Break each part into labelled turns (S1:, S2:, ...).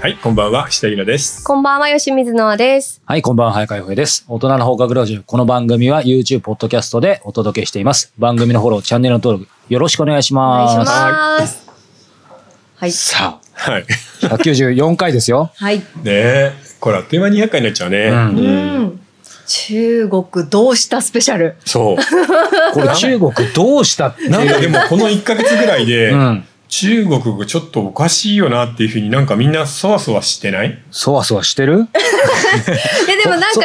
S1: はい、こんばんは、下平です。
S2: こんばんは、吉水のです。
S3: はい、こんばんは、早川洋平です。大人の放課後ラジオ。この番組は YouTube、ポッドキャストでお届けしています。番組のフォロー、チャンネルの登録、よろしくお願いし
S2: お願いし
S3: ます。
S2: ます。はい。
S3: さ
S1: はい。
S3: あ、194回ですよ。
S2: はい。
S1: ねえ、これあっという間に200回になっちゃうね。
S3: うん
S2: うん。中国どうしたスペシャル。
S1: そう。
S3: これ中国どうしたって
S1: なん
S3: い
S1: か
S3: う。
S1: でもこの1ヶ月ぐらいで、
S3: うん。
S1: 中国がちょっとおかしいよなっていうふうになんかみんなそわそわしてない
S3: そわそわしてる
S2: え、でもなんか、ちょ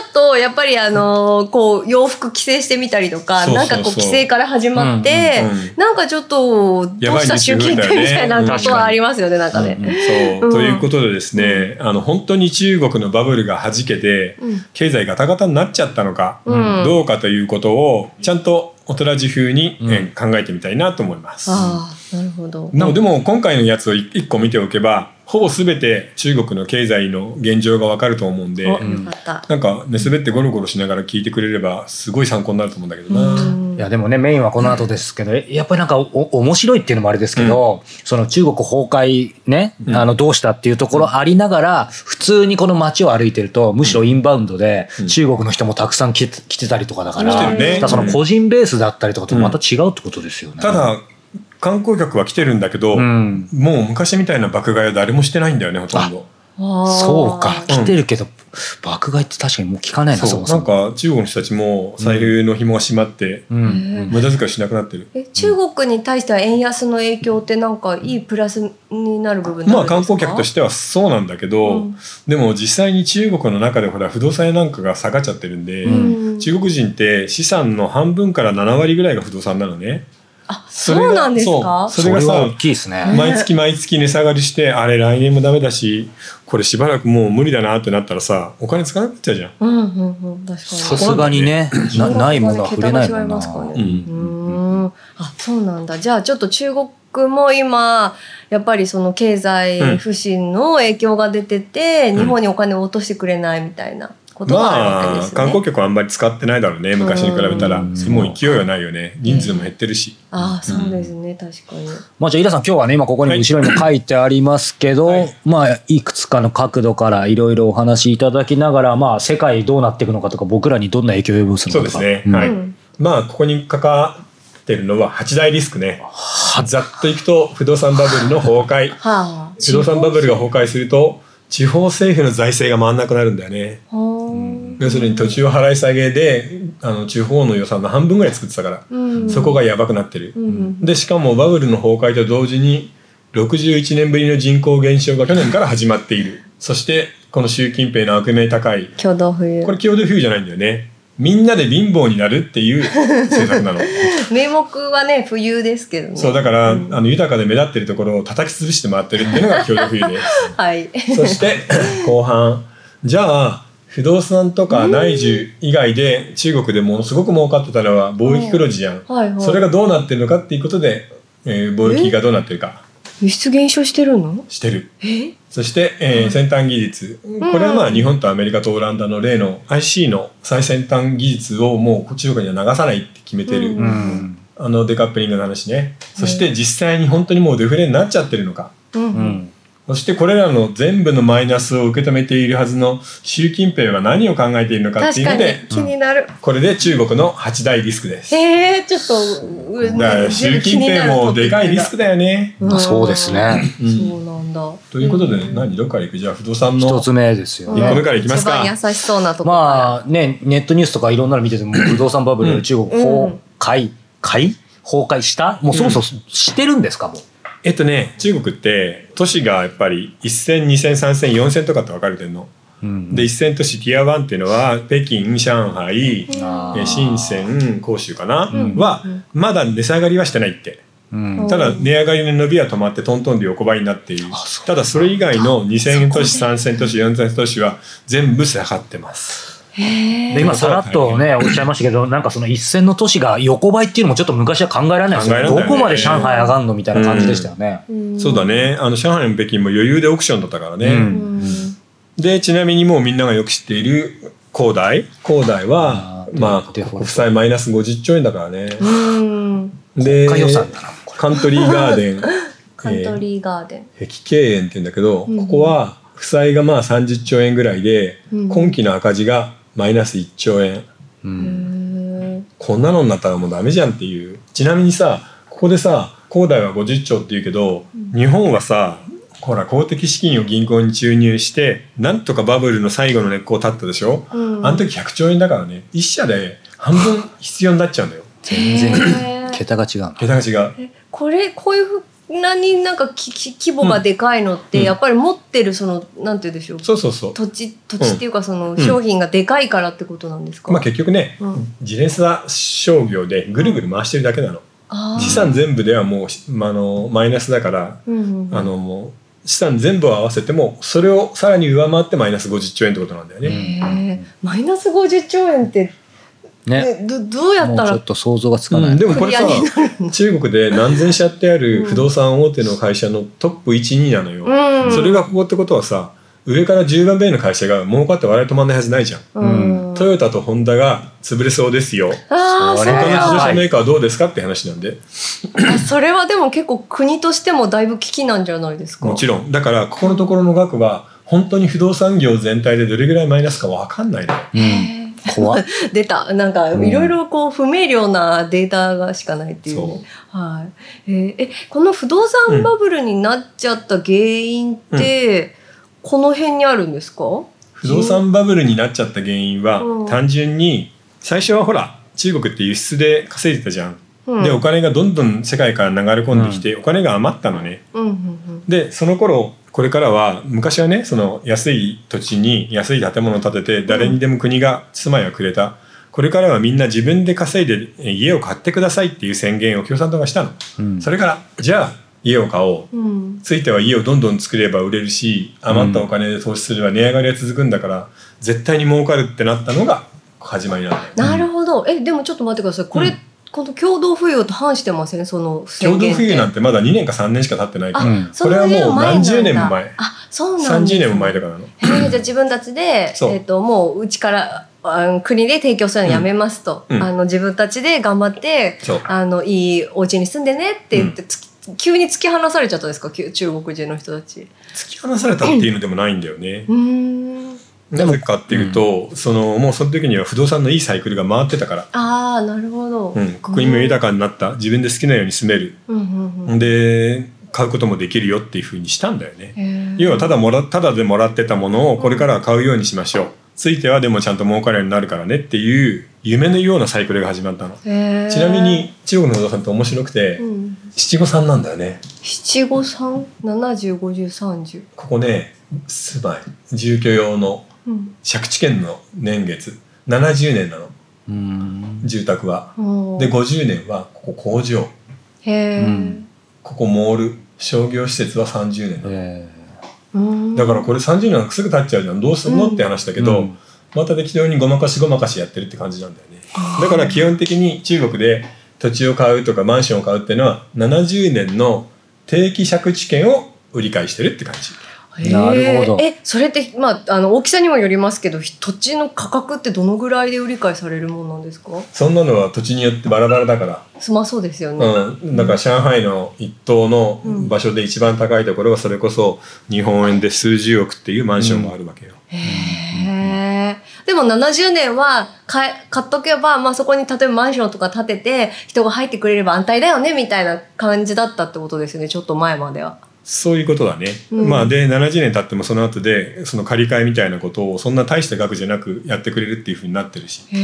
S2: っと、やっぱりあのーこう、洋服規制してみたりと
S1: そ
S2: か、
S1: うそう
S2: な
S1: そうん
S2: かこう、規制から始まっ
S1: う
S2: て
S1: んうんうん、
S2: なんかちょっと、どうした習近平みたいなことはありますよね、なんか
S3: うんう
S2: ね。
S1: そう、
S2: うん
S1: ということでですね、あの本当に中国のバブルが弾けて、
S2: うん
S1: 経済ガタガタになっちゃったのか、
S2: うん
S1: どうかということをちゃんと大人自風に、
S3: うん
S1: えー考えてみたいなと思います。
S2: ああ、なるほど。
S1: なおでも今回のやつをい一個見ておけばほぼ全て中国の経済の現状がわかると思うん
S2: お、
S1: で、
S2: よ
S3: ん
S2: かった。
S1: なんか寝そべってゴロゴロしながら聞いてくれればすごい参考になると思うんだけどな。
S2: うん
S3: いやでもねメインはこの後ですけど、えやっぱりなんかおお面白いっていうのもあれですけど、その中国崩壊ね、
S1: うん
S3: あのどうしたっていうところありながら、普通にこの街を歩いてるとむしろインバウンドで、
S1: うん
S3: 中国の人もたくさん来て来てたりとかだから,、
S1: 来てるね
S3: だからその個人ベースだったりとかとまた違うってことですよね。
S1: ただ観光客は来てるんだけど、
S3: うん、
S1: もう昔みたいな爆買いは誰もしてないんだよねほとんど。
S2: あー
S3: そうか来てるけど、爆買いって確かにもう聞かないなそ
S1: そう
S3: もそ
S1: なん
S3: も。
S1: か中国の人たちも財布の紐が締まって、
S3: うん
S2: へ
S1: 無駄遣いしなくなってる。
S2: え中国に対しては円安の影響ってなんかいいプラスになる部分って
S1: ま
S2: る
S1: あ
S2: んですか
S1: 観光客としてはそうなんだけど、
S2: うん
S1: でも実際に中国の中でほら不動産屋なんかが下がっちゃってるんで、
S3: うん
S1: 中国人って資産の半分から7割ぐらいが不動産なのね。
S2: あ
S1: そ
S2: そ
S1: れが
S2: うなんですか
S1: それ
S3: それ
S1: がさ
S3: は大きいですね。
S1: 毎月毎月値下がりしてあれ来年もダメだしこれしばらくもう無理だなってなったらさお金つかなくなっちゃうじゃん。
S2: うんうんうん確かに
S3: さすがにねなないものは触れないもんな。
S2: 桁が違いますからね
S1: うん
S2: うんあそうなんだじゃあちょっと中国も今やっぱりその経済不振の影響が出てて、
S1: うん
S2: 日本にお金を落としてくれないみたいなことがあるわけ
S1: ま
S2: で
S1: あ
S2: すね、
S1: 観光客はあんまり使ってないだろうね昔に比べたら
S3: うん
S1: もう勢いはないよね人数も減ってるし。
S2: ああそうですね、確かに
S3: まあじゃあ、イラさん、今日はね、今ここに後ろにも書いてありますけど、
S1: はい
S3: まあ、いくつかの角度からいろいろお話しいただきながら、まあ、世界どうなっていくのかとか、僕らにどんな影響を及ぼすの
S1: そ
S3: か
S1: う
S3: と
S1: ですね、
S3: か。うん
S1: はい、
S2: うん
S1: まあここにかかってるのは8大リスクねざっといくと不動産バブルの崩壊
S2: はあ
S1: 不動産バブルが崩壊すると地方政府の財政が回んなくなるんだよね
S2: ほー
S1: 要するに途中払い下げであの地方の予算の半分ぐらい作ってたから、
S2: うん
S1: そこがやばくなってる、
S2: うんうん
S1: でしかもバブルの崩壊と同時に61年ぶりの人口減少が去年から始まっているそしてこの習近平の悪名高い
S2: 共同富裕
S1: これ共同富裕じゃないんだよねみんなで貧乏になるっていう政策 なの
S2: 名目はね浮遊ですけどね
S1: そうだから、あの豊かで目立ってるところを叩き潰して回ってるっていうのが共同富裕です
S2: はい
S1: そして 後半じゃあ不動産とか内需以外で中国でものすごく儲かってたのは貿易黒字じゃん、
S2: はいはい
S1: それがどうなってるのかっていうことで、えー貿易がどうなってるか
S2: 輸出減少してるの
S1: してる
S2: え
S1: そして、えー先端技術これはまあ日本とアメリカとオランダの例の IC の最先端技術をもう中国には流さないって決めてる、
S2: うん
S3: うん。
S1: あのデカッペリングの話ねそして実際に本当にもうデフレになっちゃってるのか
S2: うん
S3: う
S2: うん
S3: ん。
S1: そしてこれらの全部のマイナスを受け止めているはずの習近平は何を考えているのかってい
S2: 確
S1: う
S2: か
S1: の
S2: に
S1: で
S2: 気になる、
S1: これで中国の8大リスクです。
S2: えー、ちょっとう
S1: だから習近平もでかいリスクだよね。
S2: うん
S3: まあ、そうですね。
S1: うん
S2: そうなんだ
S1: ということで
S2: ん
S1: 何どっから行くじゃあ不動産の
S3: 一つ目ですよ
S1: 一個目
S3: ね。
S1: から行きますか
S2: 一番優しそうなとこあ
S3: まあ、ね、ネットニュースとかいろんなの見てても、不動産バブ
S1: う
S3: ル、
S1: ん
S3: 中国崩壊、壊崩壊したもうそろそろしてるんですか、もう。
S1: えっとね中国って都市がやっぱり1線2線3線4線とかって分かれてるの。
S3: うん
S1: で1線都市ティア1っていうのは北京上海
S3: あー
S1: え深セン広州かな、
S3: うん
S1: は
S2: うん
S1: まだ値下がりはしてないって。
S3: うん
S1: ただ値上がりの伸びは止まってトントンで横ばいになっている
S3: あそう
S1: ただそれ以外の2000都市3000都市4000都市は全部下がってます
S2: へ
S3: で
S2: え
S3: 今さらっとねおっしゃいましたけどなんかその一線の都市が横ばいっていうのもちょっと昔は考えられないですよ
S1: 考えられ
S3: ね
S1: ないね
S3: どこまで上海上がんのみたいな感じでしたよね。
S1: そうだ
S2: ね
S1: ねあの上海も北京も余裕でオークションだったからね、
S3: うん
S1: でちなみにもうみんながよく知っている恒大恒大は
S3: あー
S1: まあ
S3: デフォルト
S1: 国債マイナス50兆円だからね
S2: うん
S1: で
S3: 国家予算だな
S1: カントリーガーデン
S2: カントリーガーデン。
S1: 壁経営って言うんだけど、
S2: うん
S1: ここは負債がまあ30兆円ぐらいで、
S2: うん
S1: 今期の赤字がマイナス1兆円
S3: う。
S2: うんーん
S1: こんなのになったらもうダメじゃんっていうちなみにさここでさ恒大は50兆って言うけど、
S2: うん
S1: 日本はさほら公的資金を銀行に注入してなんとかバブルの最後の根っこを立ったでしょ、
S2: うん
S1: あの時100兆円だからね一社で半分必要になっちゃうんだよ
S3: 全然、
S2: へー
S3: 桁が違うの。
S1: 桁が違う
S2: えこれこういうふうなになんかきき規模がでかいのって、
S1: うん
S2: やっぱり持ってるそのなんて言うんでしょう
S1: そうそうそう
S2: 土地土地っていうかその
S1: ん
S2: 商品がでかいからってことなんですか、
S1: まあ結局ね、
S2: うん
S1: 自転車商業でぐるぐる回してるだけなの、
S2: あー
S1: 資産全部ではもうし、まあ、あのマイナスだから、
S2: うんうんうん
S1: あのもう資産全部を合わせてもそれをさらに上回ってマイナス50兆円ってことなんだよね、
S3: うん
S2: へーマイナス50兆円って、
S3: ね。
S2: えどどうや
S3: も
S2: っ
S3: う
S2: た
S3: ちょ
S2: ら
S3: っと想像がつかな
S1: うん
S3: い。
S1: でもこれさ
S2: クリアに
S1: 中国で何千社ってある不動産大手の会社のトップ12なのよ、
S2: うん
S1: それがここってことはさ上から10番目の会社が儲かって笑い止まんないはずないじゃん、
S2: うん
S1: トヨタとホンダが潰れそうですよ
S2: ああ
S3: そ
S2: そ
S3: れ
S2: れ
S1: 他の自動
S2: は
S1: 車メーカーはどうですかって話なんで
S2: あそれはでも結構国としてもだいぶ危機なんじゃないですか
S1: もちろんだからここのところの額は本当に不動産業全体でどれぐらいマイナスか分かんないのよ
S3: うん。
S2: へー
S3: 怖っ。
S2: 出たなんか
S3: うん
S2: いろいろこう不明瞭なデータがしかないっていう,、
S1: そう
S2: はいえーえこの不動産バブルになっちゃった原因って、この辺にあるんですか、
S1: 不動産バブルになっちゃった原因は
S2: うん
S1: 単純に最初はほら中国って輸出で稼いでたじゃん、
S2: うん、
S1: でお金がどんどん世界から流れ込んできてお金が余ったのね
S2: うんうん
S1: でその頃これからは昔はねその安い土地に安い建物を建てて誰にでも国が住まいをくれた、これからはみんな自分で稼いでえ家を買ってくださいっていう宣言を共産党がしたの、
S3: うん
S1: それからじゃあ家を買おう
S2: うんうん
S1: ついては家をどんどん作れば売れるし余ったお金で投資すれば値上がりは続くんだから、絶対に儲かるってなったのが始まりなんだよね。
S2: なるほどえでもちょっと待ってくださいこれ、
S1: うん
S2: この共同富裕と反してませんその
S1: 共
S2: 宣
S1: 同
S2: 言っ
S1: 富裕
S2: て
S1: なんてまだ2年か3年しか経ってないから、
S3: あ
S2: その
S1: これはもう何十年も
S2: 前
S1: 前
S2: なんだあそうなんです
S1: 30年も前とかなの。
S2: えーじゃあ自分たちで、え
S1: そう
S2: ー、ともううちからあの国で提供するのやめますと、
S1: うんうん
S2: あの自分たちで頑張って
S1: そう
S2: あのいいお家に住んでねって言って、つ急に突き放されちゃったんですかきゅ中国人の人たち。
S1: 突き放されたっていうのでもないんだよね。
S2: うーん
S1: なぜかっていうと、そのもうその時には不動産のいいサイクルが回ってたから、
S2: ああなるほど。
S1: うん、国民も豊かになった自分で好きなように住める
S2: うんうんうん
S1: で買うこともできるよっていうふうにしたんだよね。
S2: へー
S1: 要はただもらただでもらってたものをこれからは買うようにしましょうついてはでもちゃんと儲かるようになるからねっていう夢のようなサイクルが始まったの、
S2: へー
S1: ちなみに中国の不動産って面白くて、
S2: うん
S1: 七五三なんだよね
S2: 七五三七十五十三十。
S1: ここね住まい住居用の
S2: うん
S1: 借地権の年月70年なの
S3: うん。
S1: 住宅は
S2: うん
S1: で50年はここ工場
S2: へー
S3: うん
S1: ここモール商業施設は30年なの
S3: え
S2: うーん
S1: だからこれ30年すぐ経っちゃうじゃんどうすんのって話だ
S3: え
S1: けど、
S3: うん
S1: また適当にごまかしごまかしやってるって感じなんだよねだから基本的に中国で土地を買うとかマンションを買うっていうのは70年の定期借地権を売り買いしてるって感じ
S3: なるほど
S2: えーえそれって、まあ、あの大きさにもよりますけどひ土地の価格ってどのぐらいで売り買いされるもんなんですか
S1: そんなのは土地によってバラバラだから、
S2: すまそうですよね。
S1: うん、だから上海の一棟の場所で一番高いところはそれこそ日本円で数十億っていうマンションがあるわけよ、
S2: へーでも70年は買え買っとけば、まあ、そこに例えばマンションとか建てて人が入ってくれれば安泰だよねみたいな感じだったってことですよねちょっと前までは。
S1: そういうことだね、
S2: うん
S1: まあで70年経ってもその後でその借り換えみたいなことをそんな大した額じゃなくやってくれるっていうふうになってるし
S2: へ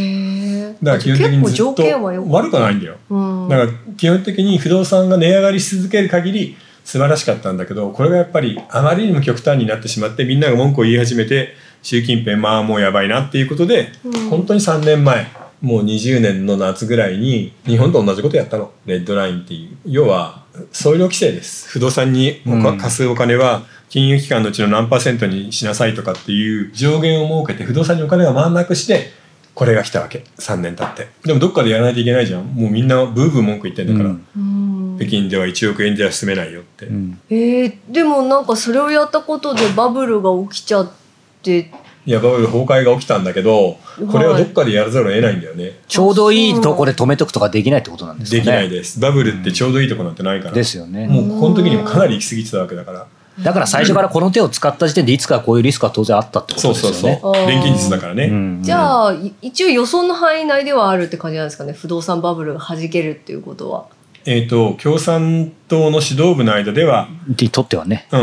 S2: ー
S1: だから基本的に
S2: 結構
S1: ずっ
S2: 条
S1: と
S2: 件はよく
S1: 悪くはないんだよ。
S2: うん
S1: だから基本的に不動産が値上がりし続ける限り素晴らしかったんだけどこれがやっぱりあまりにも極端になってしまってみんなが文句を言い始めて習近平まあもうやばいなっていうことで、
S2: うん
S1: 本当に3年前もう20年の夏ぐらいに日本と同じことやったのレッドラインっていう要は総量規制です不動産におか
S3: うん
S1: 貸すお金は金融機関のうちの何パーセントにしなさいとかっていう上限を設けて不動産にお金が回んなくしてこれが来たわけ3年経ってでもどっかでやらないといけないじゃんもうみんなブーブー文句言ってんだから、
S3: うん
S2: うん
S1: 北京では1億円じゃ住めないよって、
S3: うん
S2: えーでもなんかそれをやったことでバブルが起きちゃって
S1: ヤバウル崩壊が起きたんだけどこれはどっかでやらざるを得ないんだよね。
S3: ちょうどいいとこで止めとくとかできないってことなんですかね。
S1: できないです。バブルってちょうどいいとこなんてないから。
S3: ですよね。
S1: もうこの時にもかなり行き過ぎてたわけだから。
S3: だから最初からこの手を使った時点でいつかこういうリスクは当然あったってこと
S1: そう
S3: です
S1: そ
S3: よ
S1: う
S3: ね。
S1: そう。
S2: あー
S1: 錬金術だからね。
S3: うん
S2: じゃあ、い一応予想の範囲内ではあるって感じなんですかね。不動産バブルが弾けるっていうことは。
S1: えっ、と共産党の指導部の間では、
S3: にとってはね。
S1: う、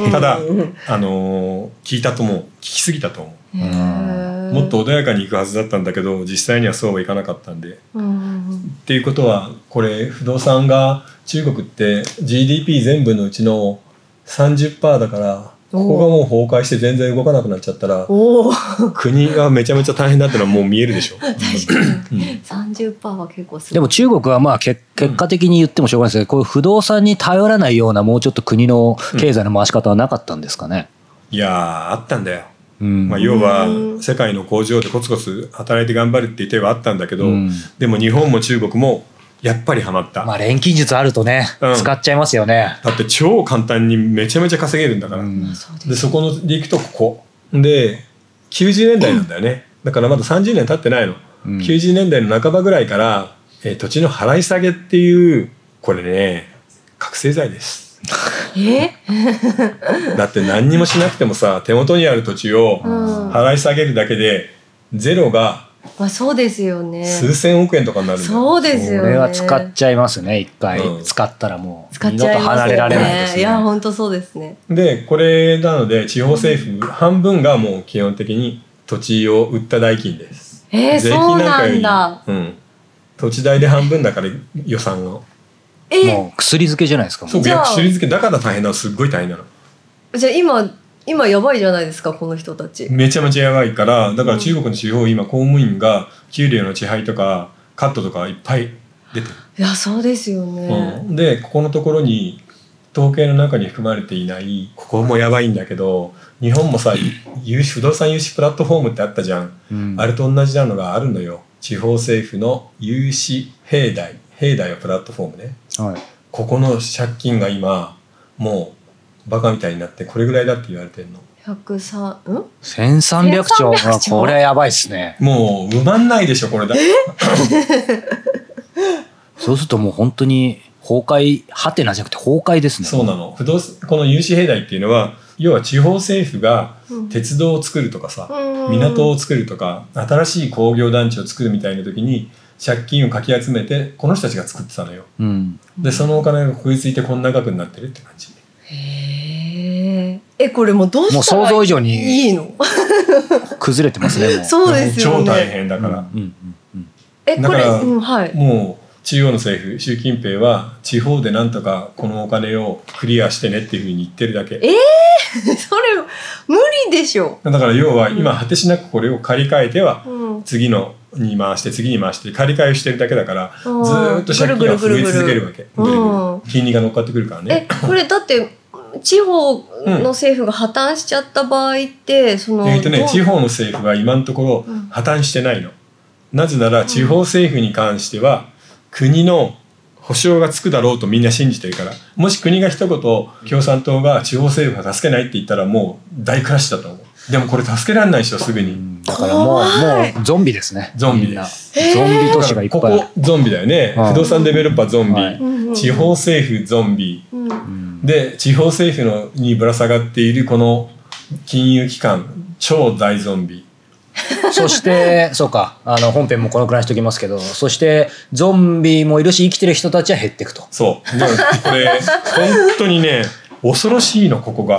S2: うんん
S1: ただ、
S2: うん
S1: あのー聞いたとも聞きすぎたと思
S2: へ
S1: う。
S2: ー
S1: もっと穏やかに行くはずだったんだけど実際にはそうはいかなかったんで。
S2: うんうん
S1: っていうことはこれ不動産が中国って GDP 全部のうちの30%だからここがもう崩壊して全然動かなくなっちゃったら
S2: うんおお、
S1: 国がめちゃめちゃ大変だってのはもう見えるでしょ。
S2: 30%は結構すごい。
S3: でも中国はまあ結結果的に言ってもしょうがないですけど、こういう不動産に頼らないようなもうちょっと国の経済の回し方はなかったんですかね。
S1: いやーあったんだよ。
S3: うん
S1: まあ、要は世界の工場でコツコツ働いて頑張るっていう手はあったんだけど、
S3: うん
S1: でも日本も中国もやっぱりハマった、
S3: まあ錬金術あるとね、
S1: うん
S3: 使っちゃいますよね。
S1: だって超簡単にめちゃめちゃ稼げるんだから、
S3: うん
S2: そうです
S1: でそこので行くとここで90年代なんだよね、だからまだ30年経ってないの、
S3: うん
S1: 90年代の半ばぐらいから、えー土地の払い下げっていうこれね覚醒剤です
S2: え
S1: だって何にもしなくてもさ手元にある土地を
S2: うん
S1: 払い下げるだけでゼロが
S2: まあそうですよね。
S1: 数千億円とかになるんだよ
S2: そうですよ
S3: こ
S2: ね。
S3: れは使っちゃいますね、一回
S1: うん
S3: 使ったらもう
S2: 使っ
S3: 二
S2: ち
S3: 度
S2: ゃ
S3: と
S2: いま
S3: 離
S2: す
S3: れら
S2: よ
S3: れないです
S2: ね。い
S3: ね。
S2: や、本当そうですね。
S1: でこれなので地方政府半分がもう基本的に土地を売った代金です、
S2: えー、そうなんだ。
S1: りうん、土地代で半分だから予算の
S2: え、
S3: もう薬漬けじゃないですか。もう
S1: そう
S2: じゃあ
S1: 薬種類付けだから大変なのすっごい大変なの
S2: じゃあ今、今やばいじゃないですか、この人たち。
S1: めちゃめちゃやばいからだから中国の地方今公務員が給料の支配とかカットとかいっぱい出て
S2: いや、そうですよ
S1: る、
S2: ね。
S1: うん、でここのところに統計の中に含まれていないここもやばいんだけど日本もさ融資不動産融資プラットフォームってあったじゃん
S3: うん
S1: あれと同じなのがあるのよ。地方政府の融資平台、平台はプラットフォームね。
S3: はい
S1: ここの借金が今、もうバカみたいになって、これぐらいだって言われてんの。
S2: 103、うん
S3: 1300兆
S2: 1300兆
S3: あこれはやばいですね
S1: もう埋まんないでしょ、これだ。
S3: そうするともう本当に崩壊はてなじゃなくて崩壊ですね
S1: そうなの。不動産この融資平台っていうのは、要は地方政府が
S2: うん
S1: 鉄道を作るとかさ、
S2: うん
S1: 港を作るとか、新しい工業団地を作るみたいな時に、借金をかき集めて、この人たちが作ってたのよ。
S3: うん、
S1: で、そのお金がこびついてこんな額になってるって感じ。
S2: へーえ、これもうどう
S3: もう
S2: した
S3: 想
S2: ら
S3: 像以上に
S2: いいの
S3: 崩れてますねもう
S2: そうですよね。
S1: 超大変だか
S3: だ
S1: ら。
S3: うんうん
S2: え、こ
S1: だか
S2: れ、
S1: ら
S2: うん、はい。
S1: もう中央の政府習近平は地方でなんとかこのお金をクリアしてねっていうふうに言ってるだけ
S2: えそれ、無理でしょ。
S1: だから要は今
S2: うん
S1: 果てしなくこれを借り換えては
S2: うん。
S1: 次のに回して次に回して借り換えをしてるだけだからず
S2: うん
S1: ーっと借金が増え続けるわけ
S2: ぐるぐるぐるぐる
S1: ぐるぐる
S2: うん
S1: 金利が乗っかってくるから
S2: え
S1: ね、
S2: これだって、地方の政府が破綻しちゃった場合って、その、
S1: えっと
S2: ど
S1: ね
S2: う
S1: 地方の政府は今のところ
S2: うん
S1: 破綻してないのなぜなら地方政府に関しては国の保証がつくだろうとみんな信じてるからもし国が一言共産党が地方政府は助けないって言ったらもう大クラッシュだと思うでもこれ助けられないでしょすぐ
S3: う
S1: に
S3: んだからもう
S2: 怖い
S3: もうゾンビですね
S1: ゾンビ
S3: みんな
S1: です
S3: ゾンビ都市がいっぱ
S1: こ
S3: いある
S1: こゾンビだよね
S3: はい
S1: 不動産デベロッパーゾンビ、
S3: はい
S2: うんうん
S1: 地方政府ゾンビ
S2: うん
S3: うん
S1: で地方政府のにぶら下がっているこの金融機関超大ゾンビ
S3: そしてそうかあの本編もこのくらいにしておきますけどそしてゾンビもいるし生きてる人たちは減っていくと
S1: そう。でもこれ、本当にね、恐ろしいの、ここが。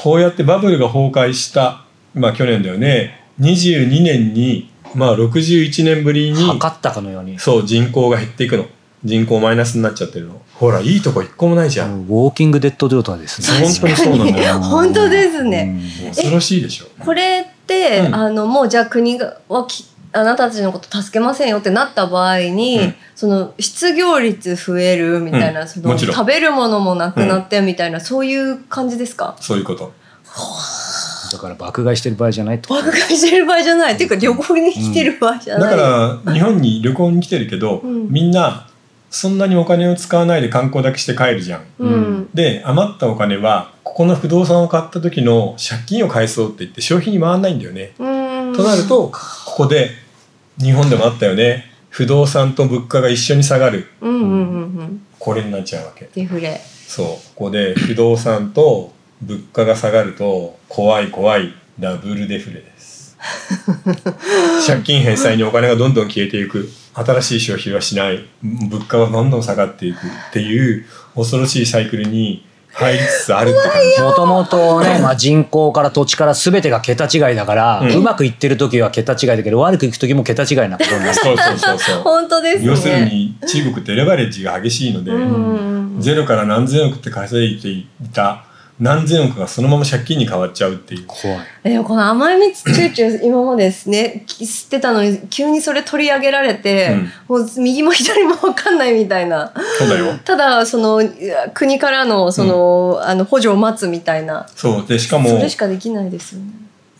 S1: こうやってバブルが崩壊した、まあ去年だよね、22年に、まあ61年ぶりに、
S3: 測ったかのように
S1: そう、人口が減っていくの。人口マイナスになっちゃってるの。ほら、いいとこ一個もないじ
S3: ウ
S1: ゃん。
S3: ォーキングデッド状態ですね
S1: 本当にそうなんだよ。
S2: 本当ですね。
S3: うん
S1: 恐ろしいでしょ。
S2: これって、
S1: うん
S2: あのもうじゃあ国がはきあなたたちのこと助けませんよってなった場合に、
S1: うん
S2: その失業率増えるみたいな、
S1: うん
S2: そ
S1: も
S2: の
S1: ちろん
S2: 食べるものもなくなってみたいな、そういう感じですか
S1: そういうこと。
S3: だから爆買いしてる場合じゃないってこと
S2: 爆買いしてる場合じゃないっていうか旅行に来てる場合じゃ
S1: だ
S2: ない、
S1: から、日本に旅行に来てるけど、
S2: うん
S1: みんな、そんなにお金を使わないで観光だけして帰るじゃん。
S2: うん
S1: で余ったお金はここの不動産を買った時の借金を返そうって言って消費に回らないんだよね。
S2: うん
S1: となるとここで日本でもあったよね不動産と物価が一緒に下がる
S2: うんうんうんうん
S1: これになっちゃうわけ。
S2: デフレ
S1: そうここで不動産と物価が下がると怖い怖いダブルデフレです借金返済にお金がどんどん消えていく新しい消費はしない物価はどんどん下がっていくっていう恐ろしいサイクルに入りつつあるって感じ
S3: もともとね、まあ、人口から土地から全てが桁違いだから、
S1: う
S3: うんまくいってる時は桁違いだけど悪くいく時も桁違いなことになる
S1: そうそうそうそう
S2: 本当ですね
S1: 要するに中国ってレバレッジが激しいので、
S2: うんうんうん
S1: ゼロから何千億って稼いでいた何千億がそのまま借金に変わっちゃうっていう
S3: 怖い
S2: えでもこの甘い蜜チューチュー今までですね吸ってたのに急にそれ取り上げられて、もう右も左も分かんないみたいな
S1: そうだよ
S2: ただそのいや国からのその,、あの補助を待つみたいな
S1: そうでしか
S2: そ
S1: も
S2: れしかできないですよね。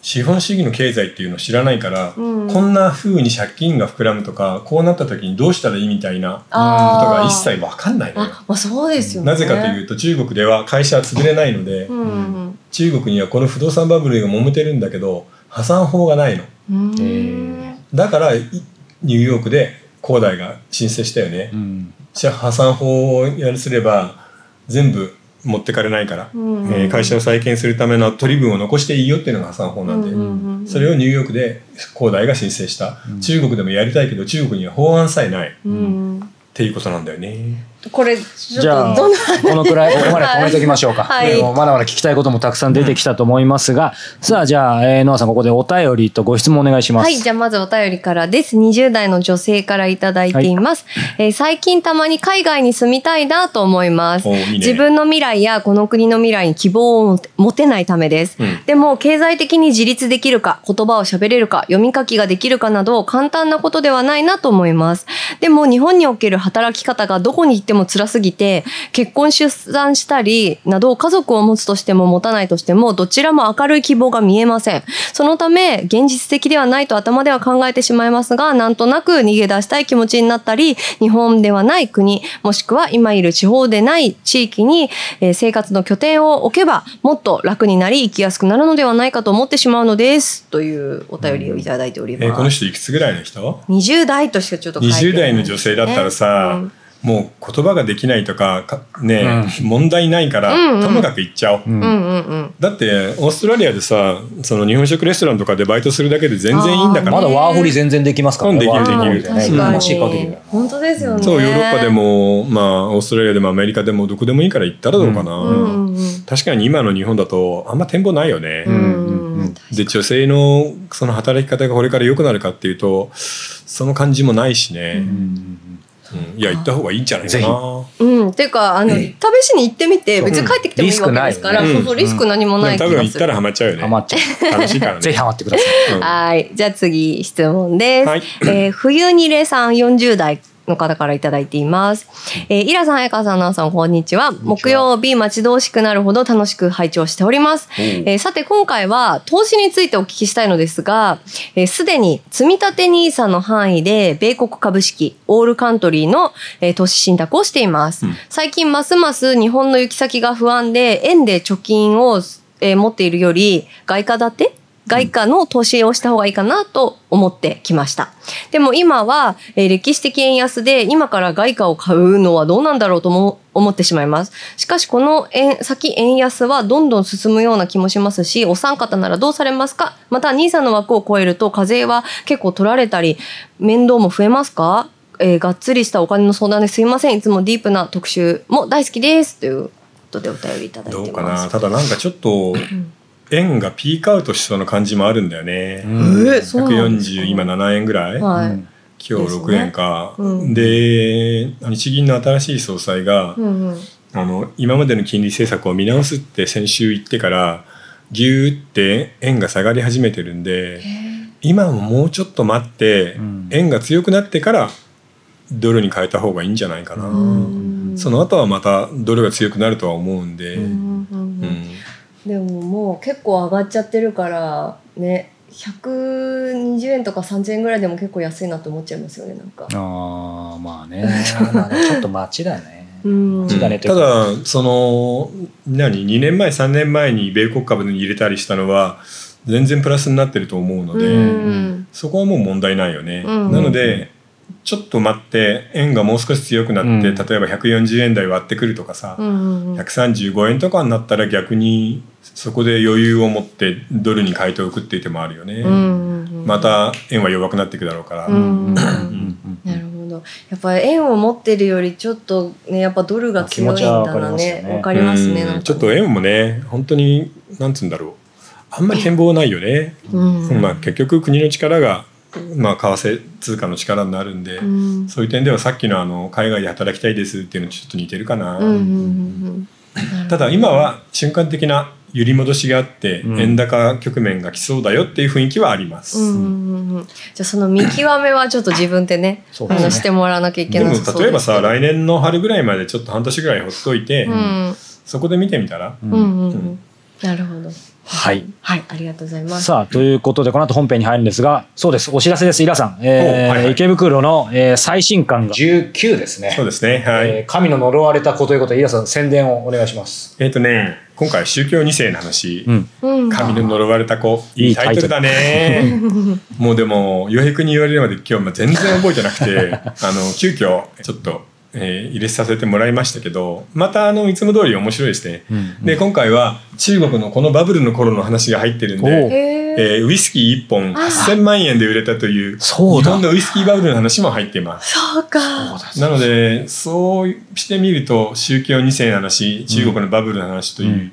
S1: 資本主義の経済っていうのを知らないから、
S2: うん
S1: こんな風に借金が膨らむとかこうなった時にどうしたらいいみたいなこ
S2: あ
S1: と
S2: ー
S1: が一切わかんないのよ。
S2: あ、まあ、そうですよね。
S1: なぜかというと中国では会社は潰れないので、
S2: うん
S1: 中国にはこの不動産バブルが揉めてるんだけど破産法がないの
S2: うん、
S3: え
S2: うん
S1: だからいニューヨークで恒大が申請したよね、
S3: うん
S1: じゃあ破産法をやるすれば全部持ってかれないから、
S2: うん
S1: えー会社を再建するための取り分を残していいよっていうのが破産法なんで、
S2: うんうんうん
S1: それをニューヨークで恒大が申請した、
S3: うん
S1: 中国でもやりたいけど中国には法案さえないっ
S2: うん、
S1: ていうことなんだよね。
S2: これちょっ
S3: じゃあ
S2: とどんな
S3: このくらいここまで止めておきましょうか、
S2: はい
S3: でもまだまだ聞きたいこともたくさん出てきたと思いますが、さあじゃあ、えー、ノアさんここでお便りとご質問お願いします、
S2: はい、じゃあまずお便りからです。20代の女性からいただいています。えー最近たまに海外に住みたいなと思います。
S1: おーいいね
S2: 自分の未来やこの国の未来に希望を持てないためです。
S1: うん
S2: でも経済的に自立できるか、言葉を喋れるか、読み書きができるかなど簡単なことではないなと思います。でも日本における働き方がどこに行っても辛すぎて、結婚出産したりなど家族を持つとしても持たないとしても、どちらも明るい希望が見えません。そのため、現実的ではないと頭では考えてしまいますが、なんとなく逃げ出したい気持ちになったり、日本ではない国、もしくは今いる地方でない地域に、えー生活の拠点を置けば、もっと楽になり、生きやすくなるのではないかと思ってしまうのです。というお便りをいただいております。
S1: えーこの人いくつぐらいの人
S2: 20代としかちょっと書いてない
S1: 20代の女性だったらさ、もう言葉ができないとかかね、問題ないから、
S2: うんうん
S1: ともかく行っちゃおう、
S2: うんうんうん
S1: だってオーストラリアでさその日本食レストランとかでバイトするだけで全然いいんだから
S3: まだワーホリ全然できますから
S1: うんできる
S3: ワーホ
S1: で
S3: リ
S1: き
S3: じ
S1: る
S3: ゃない
S2: 確か
S3: 羨
S2: に
S3: ましい限りだよ
S2: 本当ですよね
S1: そうヨーロッパでも、まあ、オーストラリアでもアメリカでもどこでもいいから行ったらどうかな、
S2: うんうんうん
S1: 確かに今の日本だとあんま展望ないよね、
S3: ん
S2: うんうん
S1: で女性のその働き方がこれから良くなるかっていうとその感じもないし
S3: う
S1: ね、う
S3: ん
S1: んいや行った方がいいんじゃないか
S3: ぜ
S1: な
S3: ひ
S2: うん、っていうかあの、試しに行ってみて
S3: そう
S2: 別に帰ってきてもいいわけですから、
S1: リスクないよね
S2: そうそうリスク何もない気
S1: でも多
S2: がする、
S1: 分行ったらハマっちゃうよね
S3: ハマっちゃ
S1: 楽しいから
S3: う
S1: ね
S3: ぜひハマってください
S1: うん
S2: はいじゃあ次質問です、
S1: はい
S2: えー冬にれさん40代の方からいただいています。えーイラさん、早川さん、なおさん、こんにちは。
S3: んにちは
S2: 木曜日、待ち遠しくなるほど楽しく拝聴しております。えーさて、今回は投資についてお聞きしたいのですが、す、えー、で、に積立 NISA の範囲で、米国株式、オールカントリーの、えー投資信託をしています。
S1: うん
S2: 最近、ますます日本の行き先が不安で、円で貯金を、えー持っているより、外貨建て外貨の投資をした方がいいかなと思ってきました。でも今は、えー歴史的円安で今から外貨を買うのはどうなんだろうとも思ってしまいます。しかしこの円先円安はどんどん進むような気もしますし、お三方ならどうされますかまた兄さんの枠を超えると課税は結構取られたり、面倒も増えますかえーがっつりしたお金の相談ですいません。いつもディープな特集も大好きです。ということでお便りいただいて
S1: ど
S2: ます。
S1: うかなただなんかちょっと
S2: ん
S1: 円がピークアウトしそうな感じもあるんだよね、
S3: うん
S2: えーそうなんですか
S1: 140今7円ぐらい、
S2: はい。
S3: うん
S1: 今日6円か
S2: ですねうん
S1: で,、日銀の新しい総裁が、
S2: うんうん。
S1: あの今までの金利政策を見直すって先週言ってからぎゅーって円が下がり始めてるんで今ももうちょっと待って、
S3: うん
S1: 円が強くなってからドルに変えた方がいいんじゃないかな、
S2: うん
S1: その後はまたドルが強くなるとは思うんで、
S2: うんうんうん
S1: うん
S2: でももう結構上がっちゃってるからね120円とか30円ぐらいでも結構安いなと思っちゃいますよねなんか。
S3: ああ、まあね。まあでもちょっと街だね。
S2: うん
S3: そうだね
S1: ただその何2年前3年前に米国株に入れたりしたのは全然プラスになってると思うの
S2: う
S1: で、
S2: ん
S1: そこはもう問題ないよね、
S2: うん
S1: なのでちょっと待って円がもう少し強くなって、
S3: うん
S1: 例えば140円台割ってくるとかさ、
S2: うんうん
S1: 135円とかになったら逆にそこで余裕を持ってドルに買いておくっていう手もあるよね、
S2: うん
S1: また円は弱くなっていくだろうから、
S2: うんうん
S3: うんうん
S2: なるほどやっぱ円を持ってるよりちょっとねやっぱドルが強いんだなねわ
S3: まあ気持ちはわ
S2: か
S3: か
S2: りますね
S1: うん
S2: なんかね
S1: ちょっと円もね本当になんつうんだろうあんまり展望ないよね、
S2: うん
S1: まあ、結局国の力が、まあ、為替通貨の力になるんで、
S2: うん
S1: そういう点ではさっきのあの海外で働きたいですっていうのとちょっと似てるかな、
S2: うんうんうん
S1: ただ今は瞬間的な揺り戻しがあって、
S3: うん
S1: 円高局面が来そうだよっていう雰囲気はあります、
S2: うんうんうんうんじゃあその見極めはちょっと自分でね
S3: そう
S2: あ
S3: ですね
S2: のしてもらわなきゃいけ
S1: で
S2: な
S1: も
S2: い
S1: 例えばさ来年の春ぐらいまでちょっと半年ぐらいほっといて、
S2: うん
S1: そこで見てみたら、
S3: う
S2: うんんうんう
S1: うんん
S2: なるほど
S3: はい。
S2: はいありがとうございます
S3: さあ、ということで、この後本編に入るんですが、そうです。お知らせです。イラさん。えー
S1: おはいはい
S3: 池袋の、えー最新刊が19ですね。
S1: そうですねはい、
S3: えー神の呪われた子ということで、イラさん宣伝をお願いします。
S1: えっ、とね今回宗教2世の話、
S3: うん。
S2: うん
S1: 神の呪われた子いいタイトルだねもうでも余平君に言われるまで今日も全然覚えてなくて あの急遽ちょっと、えー入れさせてもらいましたけどまたあのいつも通り面白いですね、
S3: うん
S1: で今回は中国のこのバブルの頃の話が入ってるん
S3: おう
S1: で、
S2: へー
S1: えーウイスキー1本8000万円で売れたという
S3: そう
S1: 日
S3: だ
S1: 本のウイスキーバブルの話も入っています
S2: そうか
S1: なのでそうしてみると宗教2世の話中国のバブルの話という,、
S3: うん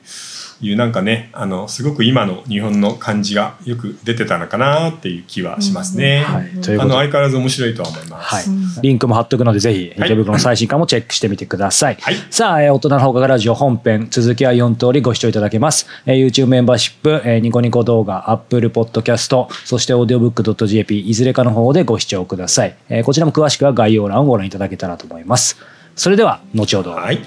S1: いうなんかねあのすごく今の日本の感じがよく出てたのかなっていう気はしますね。
S3: はい。という
S1: あ
S3: こと
S1: の
S3: で、
S1: 相変わらず面白いとは思います。
S3: はい
S2: うん。
S3: リンクも貼っとくので、ぜひ、池
S1: はい
S3: 袋の最新刊もチェックしてみてください。
S1: はい
S3: さあ、えー大人の放課ラジオ本編、続きは4通りご視聴いただけます。えー YouTube メンバーシップ、えーニコニコ動画、Apple Podcast、そして audiobook.jp、いずれかの方でご視聴ください。えーこちらも詳しくは概要欄をご覧いただけたらと思います。それでは、後ほど。
S1: はい